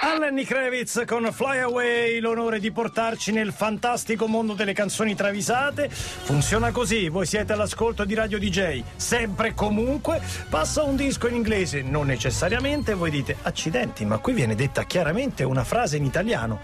Allen Kravitz con Fly Away, l'onore di portarci nel fantastico mondo delle canzoni travisate. Funziona così, voi siete all'ascolto di Radio DJ, sempre e comunque. Passa un disco in inglese, non necessariamente, voi dite accidenti, ma qui viene detta chiaramente una frase in italiano.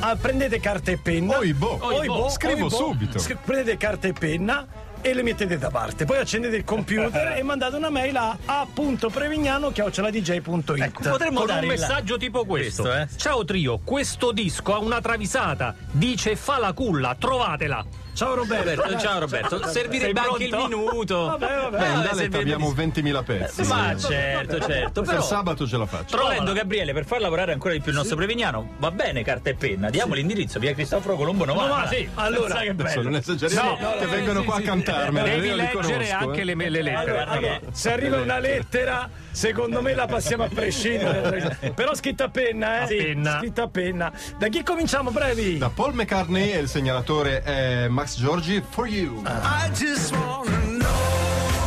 Ah, prendete carta e penna. Oibo. Oibo, Scrivo oibo. subito. Scri- prendete carta e penna e le mettete da parte. Poi accendete il computer e mandate una mail a a.prevignano.dj.it. Ecco, Potremmo Con dare un il- messaggio tipo questo. Questo, eh. Ciao trio, questo disco ha una travisata. Dice fa la culla, trovatela. Ciao Roberto. Roberto, ciao Roberto, servirebbe Sei anche il pronto? minuto. Vabbè, vabbè. Beh, Eh, in vabbè, Dalet servirebbe abbiamo di- 20.000 pezzi. Ma Eh. certo, certo. Per Però sabato ce la faccio. Trovando Gabriele per far lavorare ancora di più il nostro Prevignano, va bene carta e penna, diamo l'indirizzo via Cristoforo Colombo 90. No, ma sì, allora che Adesso non bello. esageriamo No, che no, vengono sì, qua sì, a sì. cantarmela. Devi io li leggere conosco, anche eh. le, me- le lettere. Allora, allora, se arriva una lettera, secondo me la passiamo a prescindere. Però scritta a penna, eh? A penna. Scritta a penna. Da chi cominciamo, brevi? Da Paul McCartney e il segnalatore è Max Giorgi, For You. I just wanna know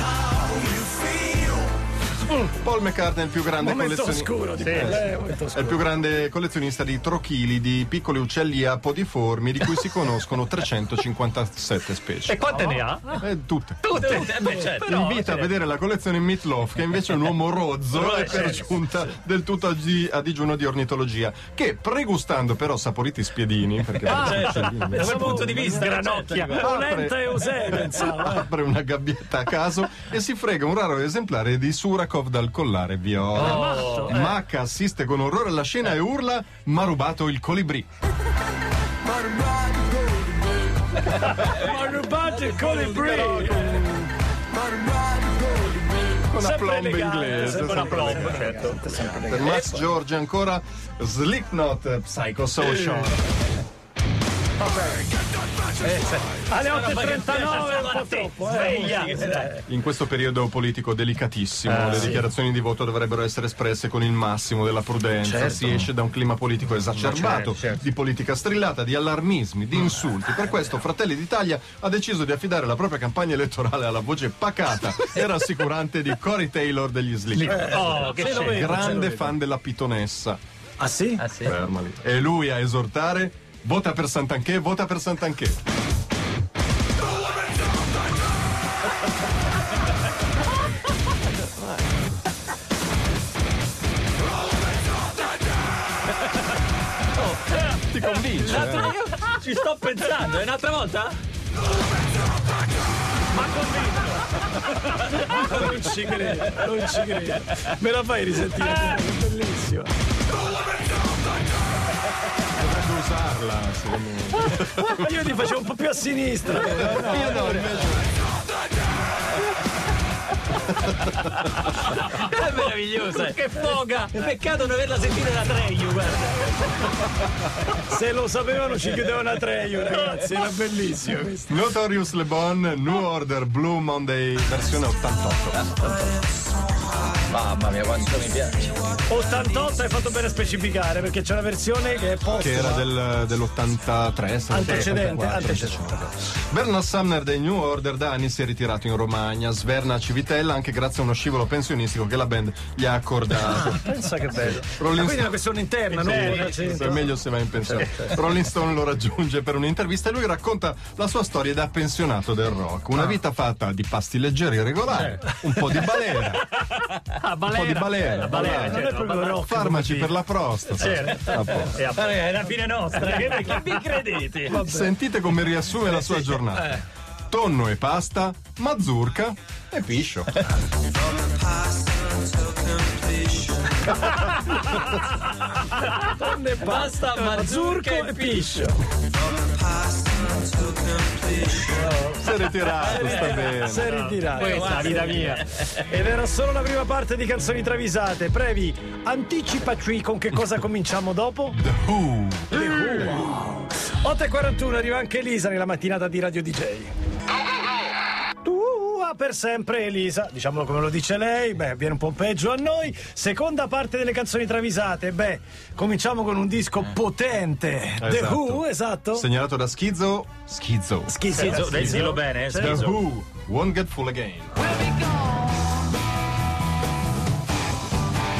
how you feel. Mm. Paul McCartney è il più grande Momento collezionista. oscuro di quella, eh, momento È il oscuro. più grande collezionista di trochili di piccoli uccelli apodiformi di cui si conoscono 357 specie. E quante ne ha? Eh, tutte. Tutte, eh, beh, certo. Però, Invita a cioè, vedere la collezione Meatloaf, che invece è un uomo rozzo e per giunta del tutto a, gi- a digiuno di ornitologia, che pregustando però saporiti spiedini, perché Da quel punto di vista, Granocchia. certo. Polenta e Eusè, pensavo. eh. apre una gabbietta a caso e si frega un raro esemplare di Surakov dal collare viola. Oh, Maca assiste con orrore alla scena e urla: Ma rubato il colibrì. But I'm about to go to bed. Ma rubate il colibrì. But I'm about to go to bed. Con Sempre aplomb elegante, inglese. sempre sempre aplomb, elegante. certo. Per Max George ancora Slipknot Psychosocial. Alle Sì, 8.39 sì, un po' cioè, sì, troppo, eh. Sveglia. In questo periodo politico delicatissimo, le dichiarazioni di voto dovrebbero essere espresse con il massimo della prudenza. Si esce da un clima politico esacerbato, di politica strillata, di allarmismi, di insulti. Per questo Fratelli d'Italia ha deciso di affidare la propria campagna elettorale alla voce pacata e rassicurante di Cory Taylor degli Slick. Oh, che lo c'è? vedo, ce lo Grande vedo. fan della pitonessa. Ah sì? Ah, sì. Ferma lì. E lui a esortare: vota per Sant'Anché, vota per Sant'Anché. Ti convince? L'altro- io ci sto pensando, è un'altra volta? Non ci credo, non ci credo. Me la fai risentire? Bellissimo. Dovrebbe usarla, secondo me. Io ti facevo un po' più a sinistra. Io no, invece- È meravigliosa. Che foga! Peccato non averla sentita da Treio, guarda. Se lo sapevano ci chiudevano a Treio, ragazzi. Era bellissimo questo. Notorious Le Bon, New Ah. Order, Blue Monday, versione 88. Mamma mia, quanto mi piace. 88 hai fatto bene a specificare perché c'è una versione che è post Che era del- dell'83, antecedente. antecedente. Bernard Sumner dei New Order da anni si è ritirato in Romagna, sverna a Civitella anche grazie a uno scivolo pensionistico che la band gli ha accordato. Pensa che bello. Ma Rolling Ah, quindi è una Stone- questione interna, non Eh, una sì, c'entra. è meglio se va in pensione. Rolling Stone lo raggiunge per un'intervista e lui racconta la sua storia da pensionato del rock. Ah. Una vita fatta di pasti leggeri e Eh. regolari, un po' di balera, Ah, un po' di balera, Eh, balera, balera, Non è proprio rock. farmaci per la prostata. Eh, A posto. è la fine nostra, che che vi credete? Sentite come riassume la sua Eh. giornata. Tonno e pasta, mazurka e piscio. Pasta until completion. Basta Zurco e Piscio. Pasta until completion. Si è ritirato, Eh. sta Si è bene. ritirato. Questa è la vita mia. Ed era solo la prima parte di canzoni travisate. Previ, anticipaci con che cosa cominciamo dopo? The Who. 8.41 arriva anche Elisa nella mattinata di Radio DJ. Tua per sempre Elisa, diciamolo come lo dice lei, beh, viene un po' peggio a noi. Seconda parte delle canzoni travisate, beh, cominciamo con un disco potente. The Esatto. Who, esatto. Segnalato da Schizzo. Schizzo. Schizzo, Schizzo, dai, dillo bene, eh, The Schizzo. Who. Won't get full again.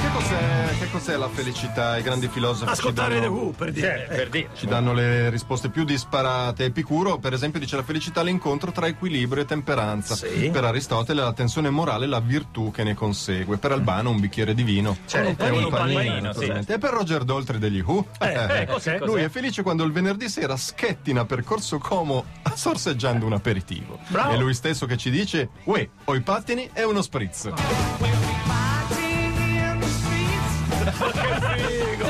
Che cos'è, che che cos'è la felicità? I grandi filosofi ci Ascoltare danno- The Who, per dire. per dire. ci danno le risposte più disparate. Epicuro, per esempio, dice la felicità è l'incontro tra equilibrio e temperanza. Sì. Per Aristotele la tensione morale è la virtù che ne consegue. Per Albano un bicchiere di vino. Cioè, E un panino, un panino, sì. naturalmente. E per Roger Doltri degli Who. eh, cos'è? Lui è felice quando il venerdì sera schettina per Corso Como sorseggiando un aperitivo. Bravo. È lui stesso che ci dice, uè, ho i pattini e uno spritz.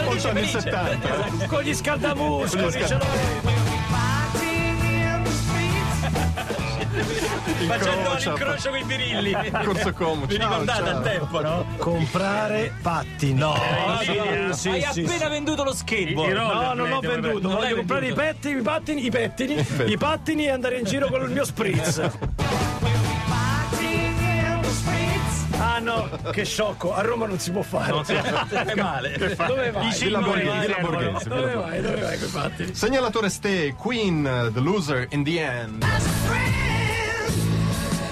Molto anni 70. Con gli scaldamuscoli. Con gli ce l'ho. Facendo Incrocia, l'incrocio con i birilli. Ecco, Corso Como. Vi ciao, ricordate ciao. a tempo, no? Comprare patti. No, no, sì, Hai sì, appena sì. venduto lo skateboard. No, non ho Vabbè, vabbè. venduto, Non l'hai voglio comprare i venduto. pettini, i pattini, i pettini, i pattini e andare in giro con il mio spritz. Ah no, che sciocco, a Roma non si può fare. È male. Dove vai? Della Borghese, della Borghese. Dove vai? Dove vai con i pattini? Segnalatore Stay, Queen, uh, The Loser in the End.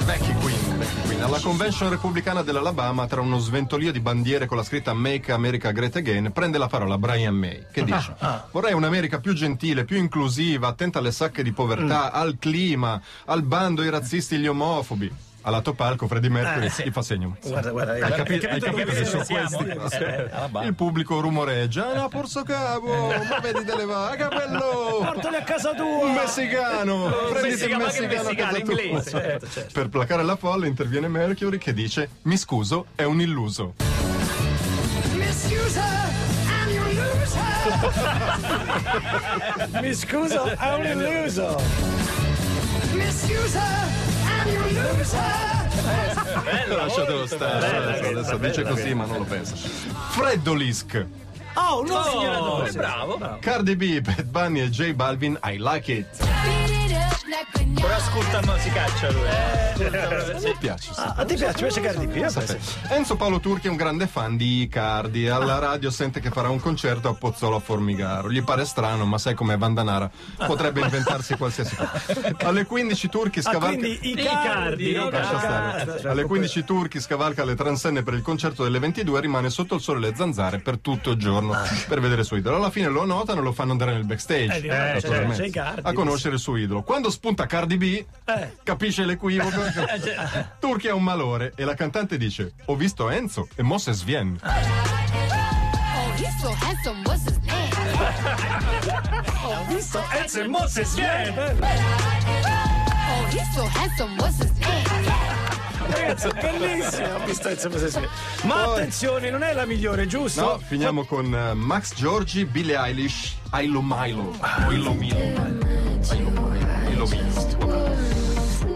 Vecchi Queen, vecchi Queen. Alla convention repubblicana dell'Alabama, tra uno sventolio di bandiere con la scritta Make America Great Again, prende la parola Brian May, che dice: Vorrei un'America più gentile, più inclusiva, attenta alle sacche di povertà, al clima, al bando ai razzisti e gli omofobi. All'alto palco, Freddie Mercury gli fa segno. Guarda, guarda, Hai guarda. capito, hai capito dove che sono siamo? questi? Eh, alla base. Il pubblico rumoreggia. Ah, porso cavo, ma vedi te le va, a capello! Portali a casa Un tua! messicano! Prenditi il messicano, ma che messicano a casa messicano, tua. inglese, certo, Per placare la folla interviene Mercury che dice Mi scuso, è un illuso. Mi scuso, è un illuso! Lasciatelo stare. adesso dice così, ma non lo pensa. Freddolisk, Oh, no, signora Oh, Dose. bravo. bravo. Cardi B, Bad Bunny e J Balvin, I like it. Però ascolta musicaccia lui. Mi piace. sì. Ah, a te piace, piace Cardi B? eh? Enzo Paolo Turchi è un grande fan di Icardi. Ah. Alla radio sente che farà un concerto a Pozzolo a Formigaro. Gli pare strano, ma sai com'è Vandanara? Potrebbe inventarsi qualsiasi cosa. Alle 15 Turchi Ah, scavalca. quindi i Icardi, cardi, no, Lascia stare. Alle 15 Turchi scavalca le transenne per il concerto delle 22 e rimane sotto il sole e le zanzare per tutto il giorno per vedere il suo idolo. Alla fine lo notano e lo fanno andare nel backstage. Eh, certo, naturalmente, c'è Icardi. a conoscere il suo idolo. Quando spunta Cardi B, Eh. capisce l'equivoco. cioè, Turchi ha un malore e la cantante dice: Ho visto Enzo e mo se sviene. Enzo e Moses viene! Ragazzi, è bellissimo! Ho visto Enzo e Moses viene. Ma Poi- attenzione, non è la migliore, giusto? No, finiamo con eh, Max Giorgi, Billie Eilish, Ailo Milo. Ah. O Ilo Milo. Ailo Milo. Ilo Milo.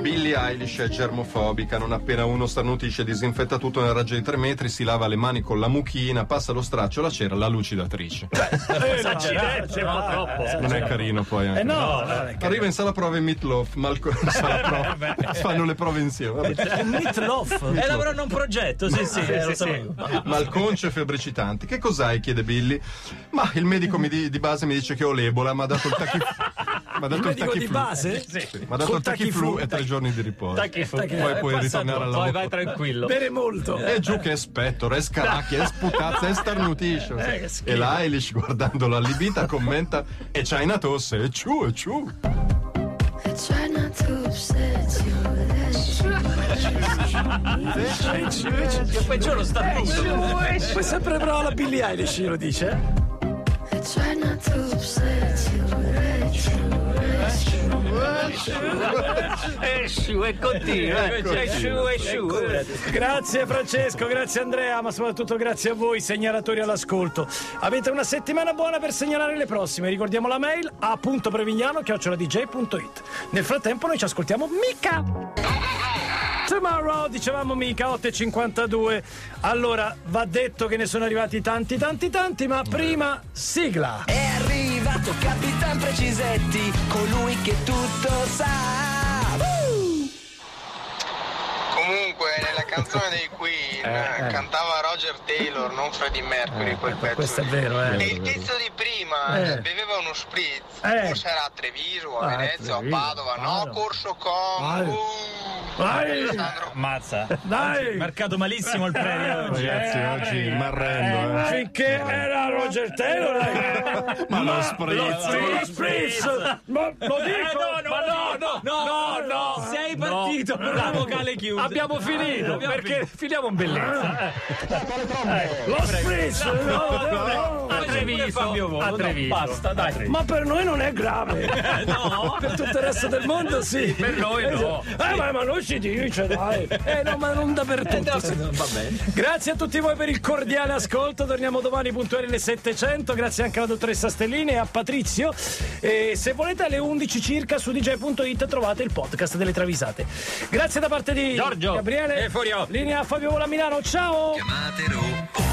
Billie Eilish è germofobica, non appena uno starnutisce disinfetta tutto nel raggio di 3 metri, si lava le mani con la mucchina, passa lo straccio, la cera, la lucidatrice. Eh, esatto. no, Accidenti, no, ma Ah, troppo. eh, Non è carino poi anche. Eh no, no, no. Arriva in sala prove Meatloaf, ma al co- in sala prove fanno le prove insieme. vabbè. Meatloaf. Eh, lavorano a un progetto, sì, sì, lo sapevo. Malconcio e febbricitanti. Che cos'hai? chiede Billy. Ma il medico mi di, di base mi dice che ho l'ebola, mi ha dato il tachiflu. Mi ha dato il Medico di tachiflu. base? Sì, Mi ha dato Col il tachiflu e tre giorni di riposo. Poi Poi puoi ritornare al lavoro. vai tranquillo. Bere molto. E giù che è spettro, è scaracchi, è sputazza, è starnutisce. Eh, e la Eilish, guardandola allibita, commenta: E c'hai una tosse, e ciù, e ciù. Try not to upset you. That's Peggioro sta Poi sempre brava la Billie Eilish, lo dice. eh? Try not to upset you. That's Esciu e continua. ecco. Cioè, sciù e sciù. Grazie Francesco, grazie Andrea, ma soprattutto grazie a voi segnalatori all'ascolto. Avete una settimana buona per segnalare le prossime. Ricordiamo la mail a.prevignano@dj.it. Nel frattempo noi ci ascoltiamo mica. Tomorrow, dicevamo mica 8.52. Allora, va detto che ne sono arrivati tanti, tanti, tanti, ma prima sigla. È arrivato Capitan Precisetti, colui che tutto sa. Comunque, nella canzone dei Queen Eh, cantava Roger Taylor, non Freddie Mercury, quel pezzo. Questo è lì. vero, E eh. il tizio di prima cioè, Eh. beveva uno spritz, Eh. forse era a Treviso, a Ah, a Venezia, a Treviso, Padova, Padova. no, Corso Congo. Dai! Alessandro, Mazza. Dai! Marcato malissimo il premio oggi. Ragazzi, Eh, oggi eh, marrendo, eh. Finché era Roger Taylor, eh. Ma lo spritz. lo spritz, spritz. ma lo dico, Eh, no, ma no, no, no, no, no, sei partito Eh. con la vocale chiusa. Eh, Abbiamo finito Abbiamo perché finiamo in bellezza. Eh, Eh, lo spritz, no, no, no. A Treviso, a Treviso. basta, dai. ma per noi non è grave, no, per tutto il resto del mondo sì. Per noi no. Eh, ma, ma non si dice, dai. Eh, no, ma non dappertutto. va bene. Grazie a tutti voi per il cordiale ascolto. Torniamo domani puntuali alle 700. Grazie anche alla dottoressa Stellini e a Patrizio. E se volete alle 11 circa su dj.it trovate il podcast delle travisate. Grazie da parte di Giorgio Gabriele e Furio. Linea Fabio Vola Milano. Ciao. Chiamatelo